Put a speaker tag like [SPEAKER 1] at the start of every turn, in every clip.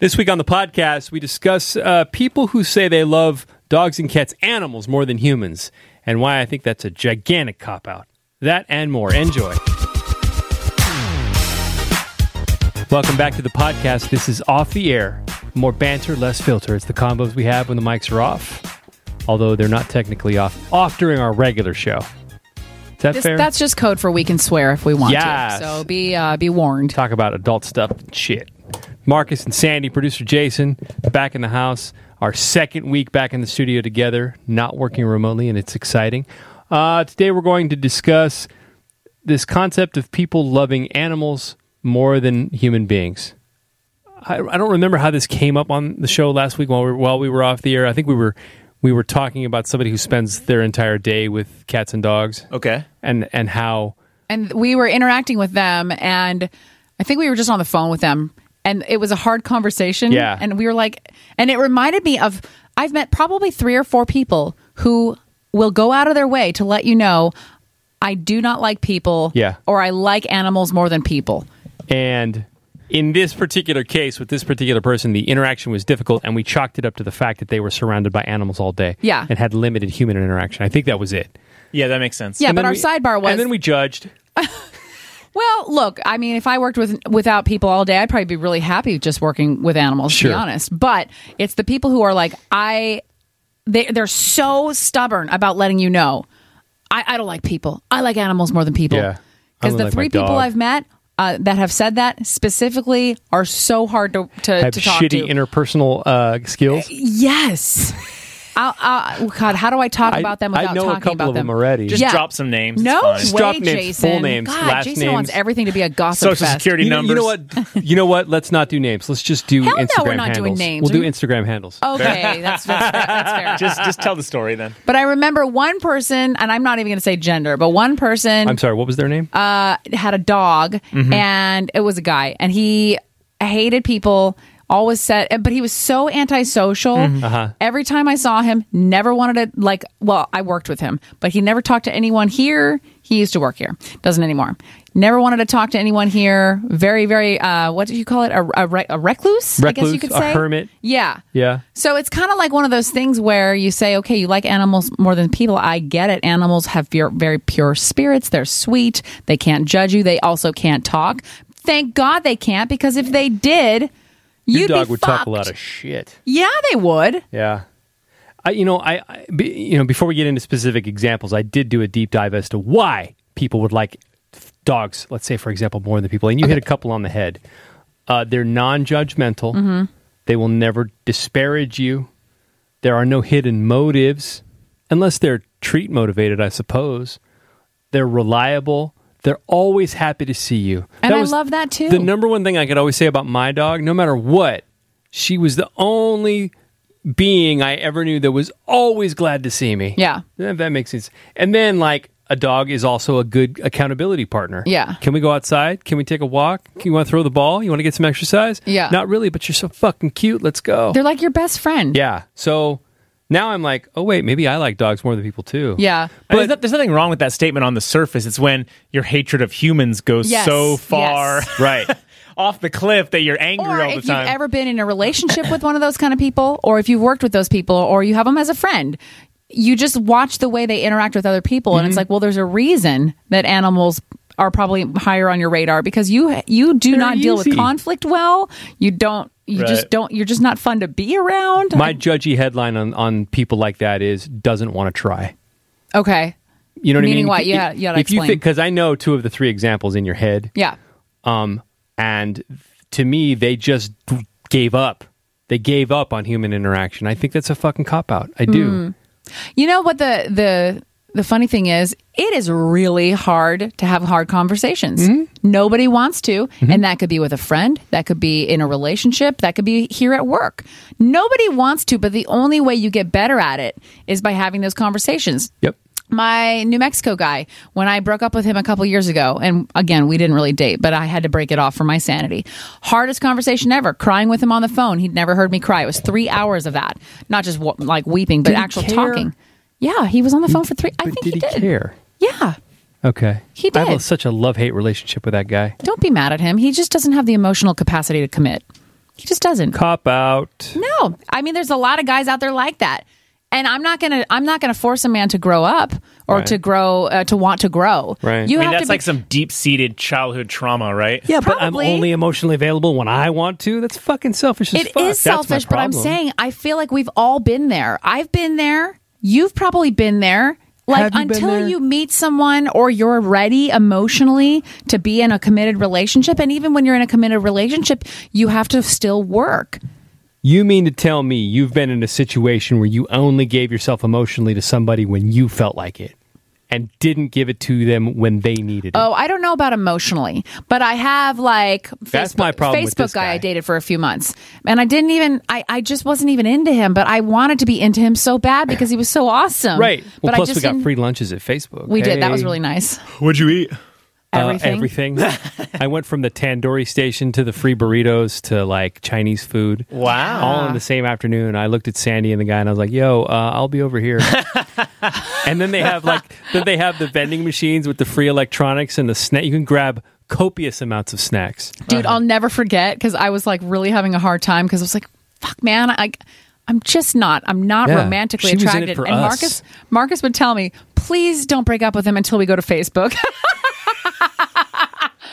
[SPEAKER 1] This week on the podcast, we discuss uh, people who say they love dogs and cats, animals more than humans, and why I think that's a gigantic cop out. That and more. Enjoy. Welcome back to the podcast. This is Off the Air. More banter, less filter. It's the combos we have when the mics are off, although they're not technically off, off during our regular show. Is that
[SPEAKER 2] This,
[SPEAKER 1] fair?
[SPEAKER 2] that's just code for we can swear if we want
[SPEAKER 1] Yes.
[SPEAKER 2] to. So be uh, be warned.
[SPEAKER 1] talk about adult stuff and shit. Marcus and Sandy, producer Jason, back in the house. Our second week back in the studio together, not working remotely, and it's exciting. Uh, today we're going to discuss this concept of people loving animals more than human beings. I, I don't remember how this came up on the show last week while we, while we were off the air. I think we were we were talking about somebody who spends their entire day with cats and dogs,
[SPEAKER 3] Okay.
[SPEAKER 1] and and how
[SPEAKER 2] And we were interacting with them, and I think we were just on the phone with them, and it was a hard conversation.
[SPEAKER 1] Yeah.
[SPEAKER 2] And we were like, and it reminded me of I've met probably three or four people who will go out of their way to let you know I do not like people,
[SPEAKER 1] Yeah.
[SPEAKER 2] or I like animals more than people.
[SPEAKER 1] And in this particular case, with this particular person, the interaction was difficult, and we chalked it up to the fact that they were surrounded by animals all day.
[SPEAKER 2] Yeah.
[SPEAKER 1] And had limited human interaction. I think that was it.
[SPEAKER 3] Yeah, that makes sense.
[SPEAKER 2] Yeah,
[SPEAKER 1] And
[SPEAKER 2] but
[SPEAKER 1] then
[SPEAKER 2] our
[SPEAKER 1] we-
[SPEAKER 2] sidebar was
[SPEAKER 1] And then we judged.
[SPEAKER 2] Well, look, I mean, if I worked with without people all day, I'd probably be really happy just working with animals,
[SPEAKER 1] Sure.
[SPEAKER 2] to be honest. But it's the people who are like, I, they, they're so stubborn about letting you know, I, I don't like people. I like animals more than people.
[SPEAKER 1] Yeah. I
[SPEAKER 2] Because
[SPEAKER 1] don't
[SPEAKER 2] the
[SPEAKER 1] like my
[SPEAKER 2] three people
[SPEAKER 1] dog.
[SPEAKER 2] I've met uh, that have said that specifically are so hard to, to,
[SPEAKER 1] Have
[SPEAKER 2] to talk
[SPEAKER 1] shitty
[SPEAKER 2] to.
[SPEAKER 1] interpersonal uh, skills.
[SPEAKER 2] yes. I, I, God, how do I talk
[SPEAKER 1] I-
[SPEAKER 2] about them
[SPEAKER 1] I
[SPEAKER 2] without
[SPEAKER 1] know a
[SPEAKER 2] talking
[SPEAKER 1] couple
[SPEAKER 2] about
[SPEAKER 1] of them
[SPEAKER 2] them
[SPEAKER 1] already.
[SPEAKER 3] Just
[SPEAKER 2] Yeah.
[SPEAKER 3] drop some names.
[SPEAKER 2] No
[SPEAKER 3] It's
[SPEAKER 2] way,
[SPEAKER 3] fine.
[SPEAKER 1] drop names, full
[SPEAKER 2] Jason.
[SPEAKER 1] names,
[SPEAKER 2] God,
[SPEAKER 1] last
[SPEAKER 2] Jason wants
[SPEAKER 1] names.
[SPEAKER 2] everything to be a gossip
[SPEAKER 3] Social
[SPEAKER 2] fest.
[SPEAKER 3] Security
[SPEAKER 1] You know,
[SPEAKER 3] numbers.
[SPEAKER 1] you know what? You know what? Let's not do names. Let's just do
[SPEAKER 2] Hell no,
[SPEAKER 1] Instagram
[SPEAKER 2] we're not doing
[SPEAKER 1] handles.
[SPEAKER 2] names. Oh,
[SPEAKER 1] We'll do
[SPEAKER 2] We-
[SPEAKER 1] Instagram handles.
[SPEAKER 2] Okay, that's, that's, fair- that's fair.
[SPEAKER 3] Just just tell the story then.
[SPEAKER 2] But I remember one person, and I'm not even going to say gender, but one person
[SPEAKER 1] I'm sorry. What was their name?
[SPEAKER 2] uh, had a dog,
[SPEAKER 1] Mm-hmm.
[SPEAKER 2] and it was a guy, and he hated people. Always said, but he was so antisocial.
[SPEAKER 1] Mm-hmm. Uh-huh.
[SPEAKER 2] Every time I saw him, never wanted to like. Well, I worked with him, but he never talked to anyone here. He used to work here, doesn't anymore. Never wanted to talk to anyone here. Very, very. Uh, what do you call it? A, a, re- a recluse? I guess you
[SPEAKER 1] Recluse,
[SPEAKER 2] could
[SPEAKER 1] a
[SPEAKER 2] say
[SPEAKER 1] hermit.
[SPEAKER 2] Yeah,
[SPEAKER 1] yeah.
[SPEAKER 2] so it's kind of like one of those things where you say, okay, you like animals more than people. I get it. Animals have pure, very pure spirits. They're sweet. They can't judge you. They also can't talk. Thank God they can't because if they did,
[SPEAKER 1] Your
[SPEAKER 2] you'd
[SPEAKER 1] dog
[SPEAKER 2] be
[SPEAKER 1] would talk
[SPEAKER 2] fucked.
[SPEAKER 1] a lot of shit.
[SPEAKER 2] yeah, they would.
[SPEAKER 1] Yeah. I, you know, I, I be, you know, before we get into specific examples, I did do a deep dive as to why people would like f- dogs. Let's say, for example, more than people, and you hit a couple on the head. Uh, they're non-judgmental.
[SPEAKER 2] Mm-hmm.
[SPEAKER 1] They will never disparage you. There are no hidden motives, unless they're treat motivated, I suppose. They're reliable. They're always happy to see you.
[SPEAKER 2] And I
[SPEAKER 1] was
[SPEAKER 2] love that, too.
[SPEAKER 1] The number one thing I could always say about my dog, no matter what, she was the only being I ever knew that was always glad to see me.
[SPEAKER 2] Yeah.
[SPEAKER 1] If that makes sense. And then, like, a dog is also a good accountability partner.
[SPEAKER 2] Yeah.
[SPEAKER 1] Can we go outside? Can we take a walk? You want to throw the ball? You want to get some exercise?
[SPEAKER 2] Yeah.
[SPEAKER 1] Not really, but you're so fucking cute. Let's go.
[SPEAKER 2] They're like your best friend.
[SPEAKER 1] yeah. So now I'm like, oh, wait, maybe I like dogs more than people, too.
[SPEAKER 2] Yeah.
[SPEAKER 3] But there's, not- there's nothing wrong with that statement on the surface. It's when your hatred of humans goes
[SPEAKER 2] Yes,
[SPEAKER 3] so
[SPEAKER 2] yes.
[SPEAKER 3] far
[SPEAKER 1] Right.
[SPEAKER 3] off the cliff that you're angry
[SPEAKER 2] Or
[SPEAKER 3] all the
[SPEAKER 2] if
[SPEAKER 3] time.
[SPEAKER 2] you've ever been in a relationship with one of those kind of people, or if you've worked with those people, or you have them as a friend, you just watch the way they interact with other people,
[SPEAKER 3] Mm-hmm.
[SPEAKER 2] and it's like, well, there's a reason that animals are probably higher on your radar because you you do not deal with
[SPEAKER 1] easy.
[SPEAKER 2] conflict well. You don't. You
[SPEAKER 3] Right.
[SPEAKER 2] just don't. You're just not fun to be around.
[SPEAKER 1] My judgy headline on, on people like that is doesn't want to try.
[SPEAKER 2] okay.
[SPEAKER 1] You know what I mean?
[SPEAKER 2] Meaning what? Yeah, you gotta
[SPEAKER 1] if you
[SPEAKER 2] explain.
[SPEAKER 1] because I know two of the three examples in your head.
[SPEAKER 2] Yeah.
[SPEAKER 1] Um, and to me, they just gave up. They gave up on human
[SPEAKER 2] Mm.
[SPEAKER 1] interaction. I think that's a fucking cop out. I do.
[SPEAKER 2] You know what the the the funny thing is it is really hard to have hard conversations.
[SPEAKER 3] Mm-hmm.
[SPEAKER 2] Nobody wants to. And that could be with a friend, that could be in a relationship, that could be here at work. Nobody wants to, but the only way you get better at it is by having those conversations
[SPEAKER 1] Yep.
[SPEAKER 2] my New Mexico guy when I broke up with him a couple years ago. And again, we didn't really date, but I had to break it off for my sanity. Hardest conversation ever. Crying with him on the phone. He'd never heard me cry. It was three hours of that. Not just wa- like weeping, but
[SPEAKER 1] Did he
[SPEAKER 2] actual
[SPEAKER 1] care?
[SPEAKER 2] talking. Yeah, he was on the phone for three. I
[SPEAKER 1] But
[SPEAKER 2] think
[SPEAKER 1] did he,
[SPEAKER 2] he did.
[SPEAKER 1] care?
[SPEAKER 2] Yeah.
[SPEAKER 1] Okay.
[SPEAKER 2] He
[SPEAKER 1] I have
[SPEAKER 2] did.
[SPEAKER 1] a- such a love hate relationship with that guy.
[SPEAKER 2] Don't be mad at him. He just doesn't have the emotional capacity to commit. He just doesn't.
[SPEAKER 1] Cop out.
[SPEAKER 2] No, I mean, there's a lot of guys out there like that, and I'm not gonna, I'm not gonna force a man to grow up or
[SPEAKER 1] Right.
[SPEAKER 2] to grow uh, to want to grow.
[SPEAKER 1] Right.
[SPEAKER 2] You
[SPEAKER 1] I
[SPEAKER 3] I
[SPEAKER 2] have
[SPEAKER 3] mean, that's
[SPEAKER 2] to
[SPEAKER 3] like
[SPEAKER 2] be-
[SPEAKER 3] some deep seated childhood trauma, right?
[SPEAKER 1] Yeah, but I'm
[SPEAKER 2] Probably.
[SPEAKER 1] only emotionally available when I want to. That's fucking selfish as
[SPEAKER 2] It is
[SPEAKER 1] fuck. That's my
[SPEAKER 2] selfish, but I'm
[SPEAKER 1] problem.
[SPEAKER 2] saying I feel like we've all been there. I've been there. You've probably been there.
[SPEAKER 1] Have
[SPEAKER 2] Like
[SPEAKER 1] you been
[SPEAKER 2] until
[SPEAKER 1] there?
[SPEAKER 2] you meet someone or you're ready emotionally to be in a committed relationship, and even when you're in a committed relationship, you have to still work.
[SPEAKER 1] You mean to tell me you've been in a situation where you only gave yourself emotionally to somebody when you felt like it and didn't give it to them when they needed it?
[SPEAKER 2] Oh, I don't know about emotionally, but I have like
[SPEAKER 1] That's my problem
[SPEAKER 2] Facebook
[SPEAKER 1] with this guy.
[SPEAKER 2] I dated for a few months, and I didn't even I, I just wasn't even into him, but I wanted to be into him so bad because he was so awesome.
[SPEAKER 1] right. Well,
[SPEAKER 2] um,
[SPEAKER 1] plus,
[SPEAKER 2] but I
[SPEAKER 1] we
[SPEAKER 2] just
[SPEAKER 1] got
[SPEAKER 2] didn't-
[SPEAKER 1] free lunches at Facebook.
[SPEAKER 2] We did. That was
[SPEAKER 1] Hey.
[SPEAKER 2] really nice.
[SPEAKER 3] What'd you eat?
[SPEAKER 2] Everything.
[SPEAKER 1] Uh, everything. I went from the tandoori station to the free burritos to like Chinese food.
[SPEAKER 3] Wow.
[SPEAKER 1] All in the same afternoon. I looked at Sandy and the guy and I was like, yo, uh, I'll be over here. and then they have like, then they have the vending machines with the free electronics and the snack. You can grab copious amounts of snacks.
[SPEAKER 2] dude i'll never forget because i was like really having a hard time because i was like fuck man i i'm just not i'm not
[SPEAKER 1] Yeah.
[SPEAKER 2] romantically
[SPEAKER 1] She was in it
[SPEAKER 2] attracted
[SPEAKER 1] for
[SPEAKER 2] and
[SPEAKER 1] us.
[SPEAKER 2] marcus marcus would tell me please don't break up with him until we go to facebook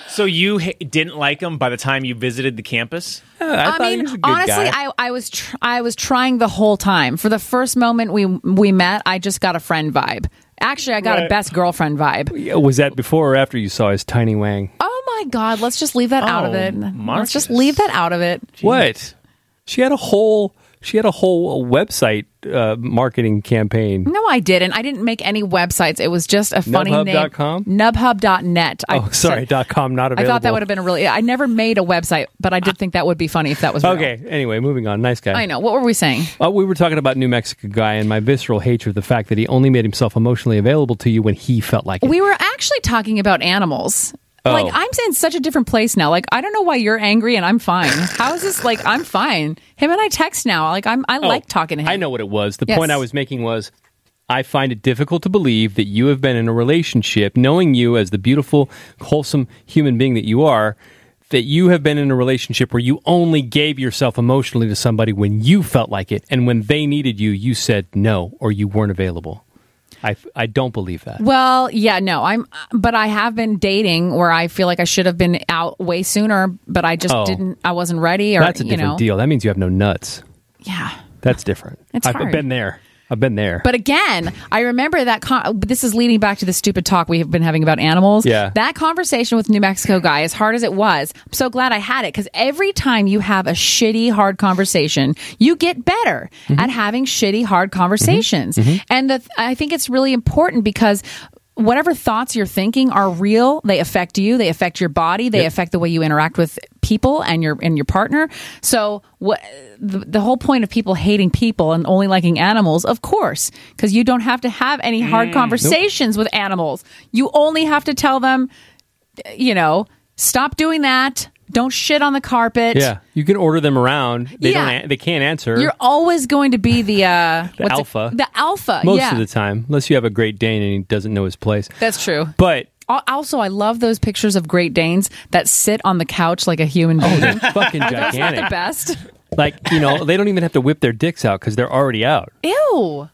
[SPEAKER 3] So you ha- didn't like him by the time you visited the campus?
[SPEAKER 1] I, thought he
[SPEAKER 2] mean
[SPEAKER 1] was a good
[SPEAKER 2] honestly
[SPEAKER 1] guy.
[SPEAKER 2] i i was tr- i was trying the whole time for the first moment we we met i just got a friend vibe actually i got a
[SPEAKER 3] Right.
[SPEAKER 2] best girlfriend vibe
[SPEAKER 1] Yeah, was that before or after you saw his tiny wang?
[SPEAKER 2] oh my god let's just leave that out of
[SPEAKER 3] Oh,
[SPEAKER 2] it let's
[SPEAKER 3] Marcus.
[SPEAKER 2] just leave that out of it
[SPEAKER 1] What? She had a whole she had a whole website uh, marketing campaign.
[SPEAKER 2] No, I didn't. I didn't make any websites. It was just a funny name.
[SPEAKER 1] Nubhub.com?
[SPEAKER 2] Nubhub.net. I
[SPEAKER 1] Oh, sorry,
[SPEAKER 2] said-
[SPEAKER 1] dot com not
[SPEAKER 2] I
[SPEAKER 1] available.
[SPEAKER 2] thought that would have been a really. I never made a website, but I did think that would be funny if that was real.
[SPEAKER 1] Okay. Anyway, moving on. Nice guy.
[SPEAKER 2] I know. What were we saying?
[SPEAKER 1] Uh, we were talking about New Mexico guy and my visceral hatred of the fact that he only made himself emotionally available to you when he felt like it.
[SPEAKER 2] We were actually talking about animals.
[SPEAKER 1] Oh.
[SPEAKER 2] Like I'm in such a different place now. Like I don't know why you're angry and I'm fine. How is this? Like I'm fine. Him and I text now. Like I'm. I
[SPEAKER 1] Oh,
[SPEAKER 2] like talking to him.
[SPEAKER 1] I know what it was. The
[SPEAKER 2] Yes.
[SPEAKER 1] point I was making was I find it difficult to believe that you have been in a relationship, knowing you as the beautiful, wholesome human being that you are, that you have been in a relationship where you only gave yourself emotionally to somebody when you felt like it. And when they needed you, you said no or you weren't available. I, I don't believe that.
[SPEAKER 2] Well, yeah, no, I'm, but I have been dating where I feel like I should have been out way sooner, but I just
[SPEAKER 1] Oh.
[SPEAKER 2] didn't. I wasn't ready, or
[SPEAKER 1] That's a
[SPEAKER 2] you
[SPEAKER 1] different
[SPEAKER 2] know,
[SPEAKER 1] deal. That means you have no nuts.
[SPEAKER 2] yeah.
[SPEAKER 1] That's different.
[SPEAKER 2] It's
[SPEAKER 1] I've
[SPEAKER 2] hard.
[SPEAKER 1] been there. I've been there.
[SPEAKER 2] But again, I remember that. Con- this is leading back to the stupid talk we've been having about animals.
[SPEAKER 1] Yeah.
[SPEAKER 2] That conversation with New Mexico guy, as hard as it was, I'm so glad I had it because every time you have a shitty, hard conversation, you get better at having shitty, hard conversations. And the, I think it's really important because. Whatever thoughts you're thinking are real. They affect you. They affect your body. They affect the way you interact with people and your and your partner. So what the, the whole point of people hating people and only liking animals, of course, because you don't have to have any hard conversations with animals. You only have to tell them, you know, stop doing that. Don't shit on the carpet.
[SPEAKER 1] yeah, you can order them around. They
[SPEAKER 2] Yeah.
[SPEAKER 1] don't. An- they can't answer.
[SPEAKER 2] You're always going to be the uh, the
[SPEAKER 1] alpha.
[SPEAKER 2] the alpha.
[SPEAKER 1] Uh, most
[SPEAKER 2] yeah,
[SPEAKER 1] of the time, unless you have a Great Dane and he doesn't know his place.
[SPEAKER 2] that's true.
[SPEAKER 1] But
[SPEAKER 2] Al- Also, I love those pictures of Great Danes that sit on the couch like a human being.
[SPEAKER 1] they're fucking
[SPEAKER 2] That's not the
[SPEAKER 1] gigantic.
[SPEAKER 2] best.
[SPEAKER 1] Like you know, they don't even have to whip their dicks out because they're already out.
[SPEAKER 2] Ew.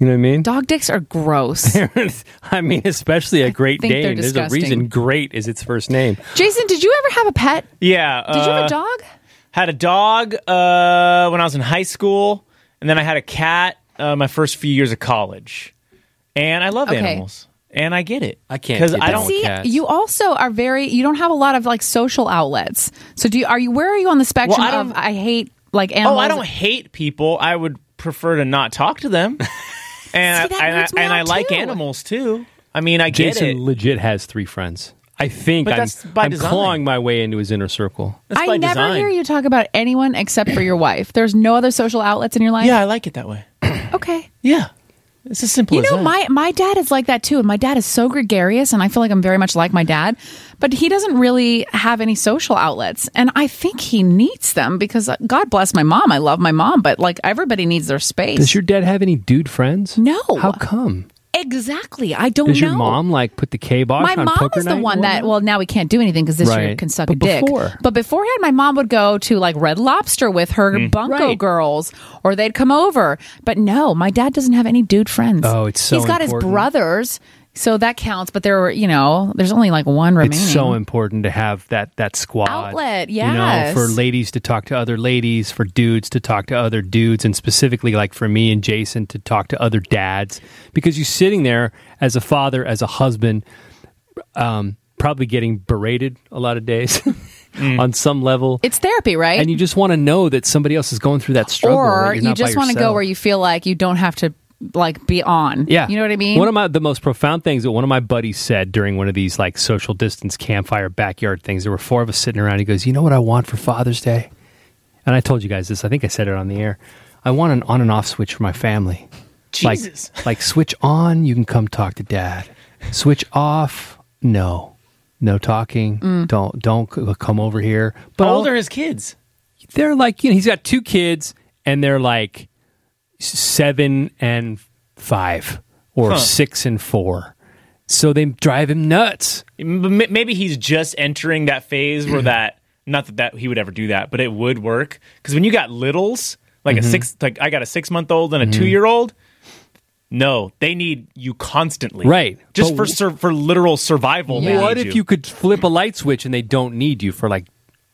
[SPEAKER 1] You know what I mean?
[SPEAKER 2] Dog dicks are gross.
[SPEAKER 1] I mean, especially a Great
[SPEAKER 2] think they're
[SPEAKER 1] Dane. There's a
[SPEAKER 2] disgusting.
[SPEAKER 1] reason "Great" is its first name.
[SPEAKER 2] Jason, did you ever have a pet?
[SPEAKER 3] Yeah.
[SPEAKER 2] Did you have
[SPEAKER 3] uh,
[SPEAKER 2] a dog?
[SPEAKER 3] Had a dog uh, when I was in high school, and then I had a cat uh, my first few years of college. And I love
[SPEAKER 2] Okay.
[SPEAKER 3] animals, and I get it.
[SPEAKER 1] I can't
[SPEAKER 3] because
[SPEAKER 1] get
[SPEAKER 3] I
[SPEAKER 1] down
[SPEAKER 3] don't.
[SPEAKER 1] with
[SPEAKER 2] See,
[SPEAKER 1] cats.
[SPEAKER 2] you also are very. You don't have a lot of like social outlets. So do you? Are you? Where are you on the spectrum
[SPEAKER 3] I don't-
[SPEAKER 2] of I hate like animals?
[SPEAKER 3] Oh, I don't hate people. I would prefer to not talk to them. and
[SPEAKER 2] See, that
[SPEAKER 3] I, and,
[SPEAKER 2] weirds me
[SPEAKER 3] I, and I
[SPEAKER 2] out,
[SPEAKER 3] like
[SPEAKER 2] too.
[SPEAKER 3] animals too. I I mean, I get
[SPEAKER 1] Jason
[SPEAKER 3] it.
[SPEAKER 1] legit has three friends. I think
[SPEAKER 3] But
[SPEAKER 1] I'm,
[SPEAKER 3] that's by
[SPEAKER 1] I'm
[SPEAKER 3] design.
[SPEAKER 1] clawing my way into his inner circle.
[SPEAKER 3] That's by
[SPEAKER 2] I never
[SPEAKER 3] design.
[SPEAKER 2] hear you talk about anyone except for your wife. There's no other social outlets in your life.
[SPEAKER 3] Yeah, I like it that way.
[SPEAKER 2] Okay.
[SPEAKER 3] Yeah, it's as simple
[SPEAKER 2] You
[SPEAKER 3] as
[SPEAKER 2] know,
[SPEAKER 3] that.
[SPEAKER 2] my my dad is like that too, and my dad is so gregarious, and I feel like I'm very much like my dad, but he doesn't really have any social outlets, and I think he needs them because uh, God bless my mom, I love my mom, but like everybody needs their space.
[SPEAKER 1] Does your dad have any dude friends?
[SPEAKER 2] No.
[SPEAKER 1] How come?
[SPEAKER 2] exactly? I don't
[SPEAKER 1] Does
[SPEAKER 2] know.
[SPEAKER 1] your mom like put the K box
[SPEAKER 2] my
[SPEAKER 1] on
[SPEAKER 2] mom
[SPEAKER 1] poker
[SPEAKER 2] is the
[SPEAKER 1] night
[SPEAKER 2] one
[SPEAKER 1] and
[SPEAKER 2] that
[SPEAKER 1] whatnot?
[SPEAKER 2] well now we can't do anything because this year
[SPEAKER 1] Right.
[SPEAKER 2] can suck a
[SPEAKER 1] But
[SPEAKER 2] dick
[SPEAKER 1] before-
[SPEAKER 2] but beforehand my mom would go to like red lobster with her
[SPEAKER 1] Mm.
[SPEAKER 2] bunko
[SPEAKER 1] Right.
[SPEAKER 2] girls or they'd come over but no my dad doesn't have any dude friends
[SPEAKER 1] Oh, it's so
[SPEAKER 2] he's got
[SPEAKER 1] important.
[SPEAKER 2] his brothers so that counts but there were you know there's only like one remaining
[SPEAKER 1] It's so important to have that that squad
[SPEAKER 2] Outlet,
[SPEAKER 1] You know,
[SPEAKER 2] yes.
[SPEAKER 1] for ladies to talk to other ladies, for dudes to talk to other dudes, and specifically like for me and Jason to talk to other dads because you're sitting there as a father, as a husband, um, probably getting berated a lot of days
[SPEAKER 2] Mm.
[SPEAKER 1] on some level,
[SPEAKER 2] it's therapy right
[SPEAKER 1] and you just want to know that somebody else is going through that struggle,
[SPEAKER 2] or
[SPEAKER 1] that you're
[SPEAKER 2] you
[SPEAKER 1] not by
[SPEAKER 2] just want to go
[SPEAKER 1] yourself.
[SPEAKER 2] where you feel like you don't have to like be on
[SPEAKER 1] Yeah.
[SPEAKER 2] you know what i mean
[SPEAKER 1] One of my the most profound things that one of my buddies said during one of these like social distance campfire backyard things. There were four of us sitting around. He goes, You know what I want for Father's Day? And I told you guys this, I think I said it on the air. I want an on and off switch for my family.
[SPEAKER 3] Jesus.
[SPEAKER 1] Like, like switch on, you can come talk to dad. Switch off, no. No talking.
[SPEAKER 2] Mm.
[SPEAKER 1] Don't don't c- come over here. But
[SPEAKER 3] How
[SPEAKER 1] I'll-
[SPEAKER 3] old are his kids?
[SPEAKER 1] they're like you know he's got two kids and they're like s- seven and five or
[SPEAKER 3] Huh.
[SPEAKER 1] six and four so they drive him nuts
[SPEAKER 3] M- m- Maybe he's just entering that phase where that not that, that he would ever do that, but it would work because when you got littles, like
[SPEAKER 1] Mm-hmm.
[SPEAKER 3] a six, like I got a six month old and a two year old. No, they need you constantly,
[SPEAKER 1] Right.
[SPEAKER 3] Just
[SPEAKER 1] But
[SPEAKER 3] for sur- for literal survival. they
[SPEAKER 1] what
[SPEAKER 3] need
[SPEAKER 1] if you. could flip a light switch and they don't need you for like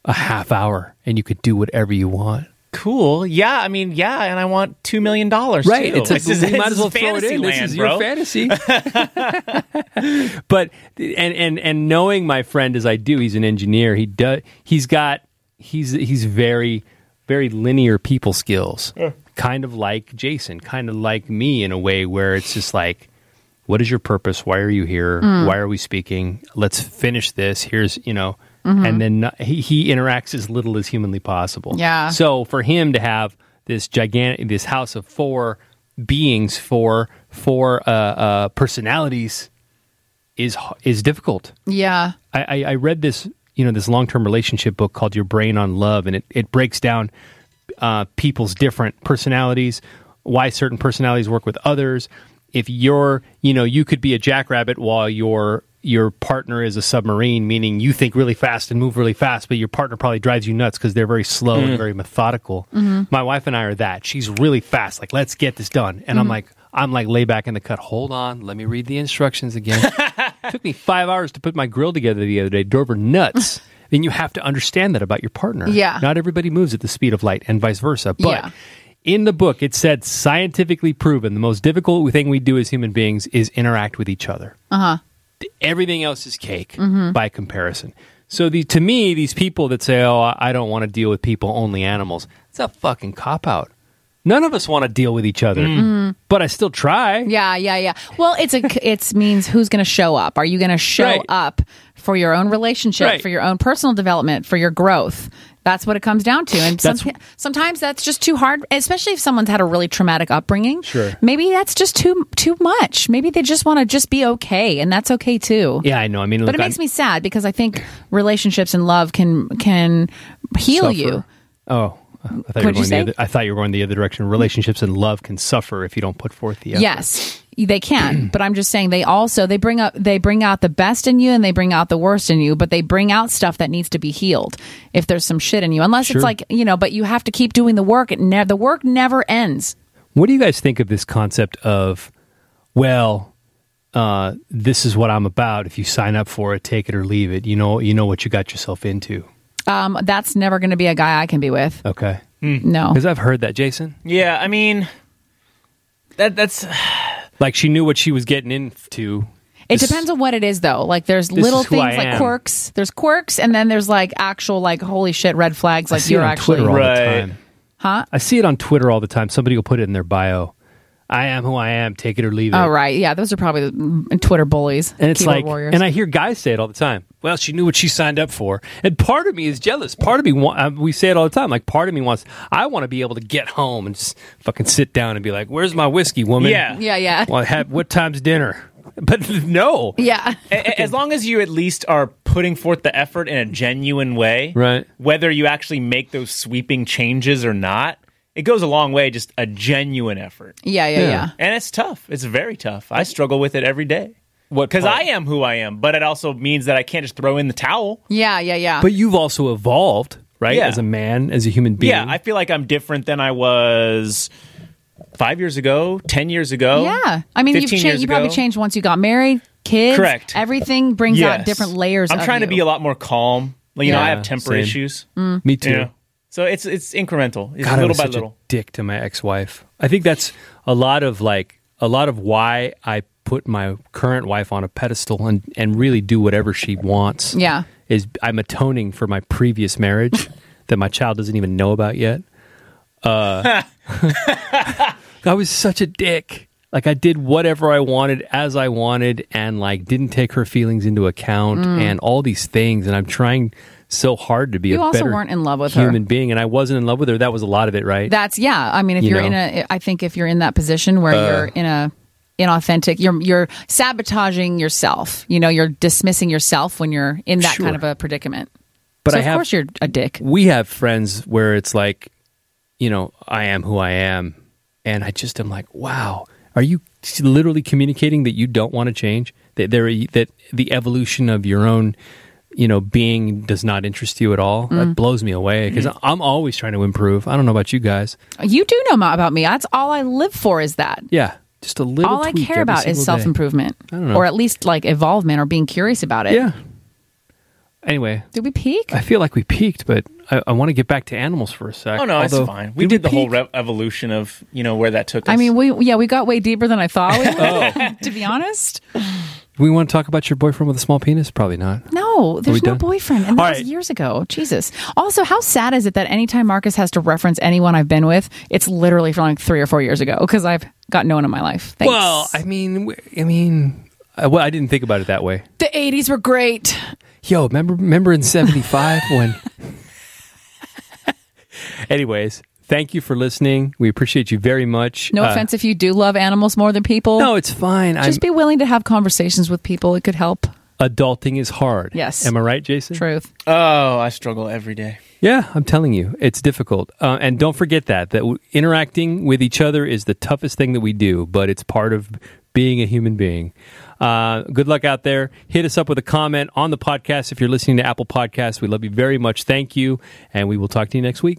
[SPEAKER 1] a half hour and you could do whatever you want
[SPEAKER 3] Cool. Yeah, I mean, yeah, and I want two million dollars. too.
[SPEAKER 1] It's a,
[SPEAKER 3] This is-
[SPEAKER 1] we might
[SPEAKER 3] this
[SPEAKER 1] as well
[SPEAKER 3] is
[SPEAKER 1] throw it in.
[SPEAKER 3] fantasy
[SPEAKER 1] this is
[SPEAKER 3] land,
[SPEAKER 1] your
[SPEAKER 3] bro.
[SPEAKER 1] fantasy. but and and and knowing my friend as I do, he's an engineer. He does. He's got. He's he's very very linear people skills. Kind of like Jason. Kind of like me in a way where it's just like. What is your purpose? Why are you here? Why are we speaking? Let's finish this. Here's, you know, and then not- he, he interacts as little as humanly possible.
[SPEAKER 2] Yeah.
[SPEAKER 1] So for him to have this gigantic, this house of four beings, four four uh, uh, personalities, is h- is difficult.
[SPEAKER 2] yeah
[SPEAKER 1] I, I, I read this, you know, this long term relationship book called Your Brain on Love, and it, it breaks down uh, people's different personalities, why certain personalities work with others. If you're, you know, you could be a jackrabbit while your your partner is a submarine, meaning you think really fast and move really fast, but your partner probably drives you nuts because they're very slow and very methodical. My wife and I are that. She's really fast. Like, let's get this done. And I'm like, I'm like, lay back in the cut. Hold on, let me read the instructions again. took me five hours to put my grill together the other day. Drove her nuts. and you have to understand that about your partner.
[SPEAKER 2] Yeah.
[SPEAKER 1] Not everybody moves at the speed of light and vice versa. But
[SPEAKER 2] Yeah.
[SPEAKER 1] in the book, it said scientifically proven the most difficult thing we do as human beings is interact with each other. Uh
[SPEAKER 2] Uh-huh.
[SPEAKER 1] huh. Everything else is cake
[SPEAKER 2] Mm-hmm.
[SPEAKER 1] by comparison. So the, to me, these people that say, "Oh, I I don't want to deal with people, only animals," it's a fucking cop out. None of us want to deal with each other, but I still try.
[SPEAKER 2] Mm-hmm. Yeah, yeah, yeah. Well, it's a it's means who's going to show up? Are you going to show
[SPEAKER 1] Right.
[SPEAKER 2] up for your own relationship,
[SPEAKER 1] Right.
[SPEAKER 2] for your own personal development, for your growth? That's what it comes down to. And some,
[SPEAKER 1] That's-
[SPEAKER 2] sometimes that's just too hard, especially if someone's had a really traumatic upbringing.
[SPEAKER 1] Sure.
[SPEAKER 2] Maybe that's just too too much. Maybe they just want to just be okay, and that's okay too.
[SPEAKER 1] Yeah, I know. I mean,
[SPEAKER 2] But
[SPEAKER 1] look,
[SPEAKER 2] it makes
[SPEAKER 1] I'm-
[SPEAKER 2] me sad because I think relationships and love can can heal
[SPEAKER 1] suffer.
[SPEAKER 2] you.
[SPEAKER 1] Oh, I thought you were
[SPEAKER 2] What'd you
[SPEAKER 1] going the
[SPEAKER 2] say?
[SPEAKER 1] other, I thought you were going the other direction. Relationships and love can suffer if you don't put forth the effort.
[SPEAKER 2] Yes, they can. but I'm just saying they also they bring up they bring out the best in you and they bring out the worst in you, but they bring out stuff that needs to be healed if there's some shit in you. Unless
[SPEAKER 1] Sure.
[SPEAKER 2] it's like, you know, but you have to keep doing the work. It ne- the work never ends.
[SPEAKER 1] What do you guys think of this concept of, well, uh, this is what I'm about. If you sign up for it, take it or leave it. You know, you know what you got yourself into.
[SPEAKER 2] Um, that's never going to be a guy I can be with.
[SPEAKER 1] Okay,
[SPEAKER 2] No.
[SPEAKER 1] because I've heard that Jason,
[SPEAKER 3] Yeah, I mean, that that's
[SPEAKER 1] like she knew what she was getting into.
[SPEAKER 2] It
[SPEAKER 1] This-
[SPEAKER 2] depends on what it is though. Like there's
[SPEAKER 1] This
[SPEAKER 2] little
[SPEAKER 1] is who
[SPEAKER 2] things
[SPEAKER 1] I
[SPEAKER 2] like
[SPEAKER 1] am.
[SPEAKER 2] quirks. There's quirks and then there's like actual like holy shit red flags
[SPEAKER 1] I
[SPEAKER 2] like
[SPEAKER 1] see it
[SPEAKER 2] you're
[SPEAKER 1] on
[SPEAKER 2] actually
[SPEAKER 1] Twitter all
[SPEAKER 3] Right.
[SPEAKER 1] the time. Huh? I see it on Twitter all the time. Somebody will put it in their bio. I am who I am. Take it or leave it.
[SPEAKER 2] Oh right, yeah, those are probably the mm, Twitter bullies.
[SPEAKER 1] And it's
[SPEAKER 2] keyboard
[SPEAKER 1] like,
[SPEAKER 2] warriors.
[SPEAKER 1] and I hear guys say it all the time. Well, she knew what she signed up for, and part of me is jealous. Part of me, wa- uh, we say it all the time. Like, part of me wants, I want to be able to get home and just fucking sit down and be like, "Where's my whiskey, woman?
[SPEAKER 3] Yeah.
[SPEAKER 2] yeah, yeah,
[SPEAKER 1] Well, have, what time's dinner? But no,
[SPEAKER 2] yeah.
[SPEAKER 3] A- a- as long as you at least are putting forth the effort in a genuine way,
[SPEAKER 1] Right.
[SPEAKER 3] Whether you actually make those sweeping changes or not, it goes a long way. Just a genuine effort,
[SPEAKER 2] Yeah, yeah,
[SPEAKER 1] Yeah.
[SPEAKER 2] yeah.
[SPEAKER 3] and it's tough. It's very tough. I struggle with it every day
[SPEAKER 1] What
[SPEAKER 3] because
[SPEAKER 1] part?
[SPEAKER 3] I am who I am, but it also means that I can't just throw in the towel.
[SPEAKER 2] Yeah, yeah, yeah.
[SPEAKER 1] But you've also evolved, right?
[SPEAKER 3] Yeah.
[SPEAKER 1] As a man, as a human being.
[SPEAKER 3] Yeah, I feel like I'm different than I was five years ago, ten years ago.
[SPEAKER 2] yeah, I mean, you've
[SPEAKER 3] 15
[SPEAKER 2] changed.
[SPEAKER 3] years
[SPEAKER 2] You probably
[SPEAKER 3] ago.
[SPEAKER 2] changed once you got married, kids.
[SPEAKER 3] Correct.
[SPEAKER 2] Everything brings out
[SPEAKER 3] Yes.
[SPEAKER 2] different layers.
[SPEAKER 3] I'm
[SPEAKER 2] of
[SPEAKER 3] trying to
[SPEAKER 2] you.
[SPEAKER 3] be a lot more calm. Like, you know, I
[SPEAKER 1] Yeah,
[SPEAKER 3] have temper
[SPEAKER 1] same.
[SPEAKER 3] issues.
[SPEAKER 1] me too.
[SPEAKER 3] Yeah. So it's it's incremental. It's
[SPEAKER 1] God, I
[SPEAKER 3] little
[SPEAKER 1] was
[SPEAKER 3] by
[SPEAKER 1] such
[SPEAKER 3] little.
[SPEAKER 1] a dick to my ex-wife. I think that's a lot of like a lot of why I put my current wife on a pedestal and and really do whatever she wants.
[SPEAKER 2] Yeah.
[SPEAKER 1] is I'm atoning for my previous marriage that my child doesn't even know about yet. Uh, I was such a dick. Like I did whatever I wanted as I wanted and like didn't take her feelings into account and all these things and I'm trying so hard to be
[SPEAKER 2] Mm. You
[SPEAKER 1] a
[SPEAKER 2] also
[SPEAKER 1] better
[SPEAKER 2] weren't in love with her.
[SPEAKER 1] human being and I wasn't in love with her. That was a lot of it, right?
[SPEAKER 2] That's yeah. I mean, if
[SPEAKER 1] You
[SPEAKER 2] you are
[SPEAKER 1] know? Uh.
[SPEAKER 2] in a, I think if you're in that position where you're in a inauthentic, you're you're sabotaging yourself. You know, you're dismissing yourself when you're in that
[SPEAKER 1] Sure.
[SPEAKER 2] kind of a predicament.
[SPEAKER 1] but
[SPEAKER 2] so
[SPEAKER 1] I
[SPEAKER 2] of
[SPEAKER 1] have
[SPEAKER 2] course you're a dick.
[SPEAKER 1] we have friends where it's like, you know, I am who I am, and I just am like, wow, are you literally communicating that you don't want to change? That there, that the evolution of your own, you know, being does not interest you at all.
[SPEAKER 2] Mm-hmm.
[SPEAKER 1] That blows me away because I'm always trying to improve. I don't know about you guys.
[SPEAKER 2] You do know mo- about me. That's all I live for is that.
[SPEAKER 1] Yeah, just a little.
[SPEAKER 2] All I
[SPEAKER 1] tweak
[SPEAKER 2] care
[SPEAKER 1] every
[SPEAKER 2] about is
[SPEAKER 1] single day.
[SPEAKER 2] self improvement,
[SPEAKER 1] don't know.
[SPEAKER 2] or at least like involvement or being curious about it.
[SPEAKER 1] Yeah. Anyway,
[SPEAKER 2] Did we peak?
[SPEAKER 1] I feel like we peaked, but I, I want to get back to animals for a sec.
[SPEAKER 3] Oh no,
[SPEAKER 1] Although-
[SPEAKER 3] it's fine. We did the whole
[SPEAKER 1] peak?
[SPEAKER 3] rev evolution of you know where that took us.
[SPEAKER 2] I mean, we yeah, we got way deeper than I thought we
[SPEAKER 1] Oh.
[SPEAKER 2] would. To be honest,
[SPEAKER 1] We want to talk about your boyfriend with a small penis? Probably not.
[SPEAKER 2] no, there's no
[SPEAKER 1] done?
[SPEAKER 2] boyfriend, and that
[SPEAKER 1] All
[SPEAKER 2] was
[SPEAKER 1] right.
[SPEAKER 2] years ago. Jesus. Also, how sad is it that anytime Marcus has to reference anyone I've been with, it's literally from like three or four years ago because I've got no one in my life. Thanks.
[SPEAKER 1] Well, I mean, w- I mean, I, well, I didn't think about it that way.
[SPEAKER 2] the '80s were great.
[SPEAKER 1] Yo, remember, remember in '75 when? Anyways, thank you for listening. We appreciate you very much.
[SPEAKER 2] No
[SPEAKER 1] Uh,
[SPEAKER 2] offense if you do love animals more than people.
[SPEAKER 1] No, it's fine.
[SPEAKER 2] just
[SPEAKER 1] I'm,
[SPEAKER 2] be willing to have conversations with people. It could help.
[SPEAKER 1] adulting is hard.
[SPEAKER 2] Yes.
[SPEAKER 1] Am I right, Jason?
[SPEAKER 2] Truth.
[SPEAKER 3] oh, I struggle every day.
[SPEAKER 1] Yeah, I'm telling you, it's difficult. Uh, and don't forget that that w- interacting with each other is the toughest thing that we do, but it's part of being a human being. Uh, good luck out there. Hit us up with a comment on the podcast if you're listening to Apple Podcasts. We love you very much. Thank you, and we will talk to you next week.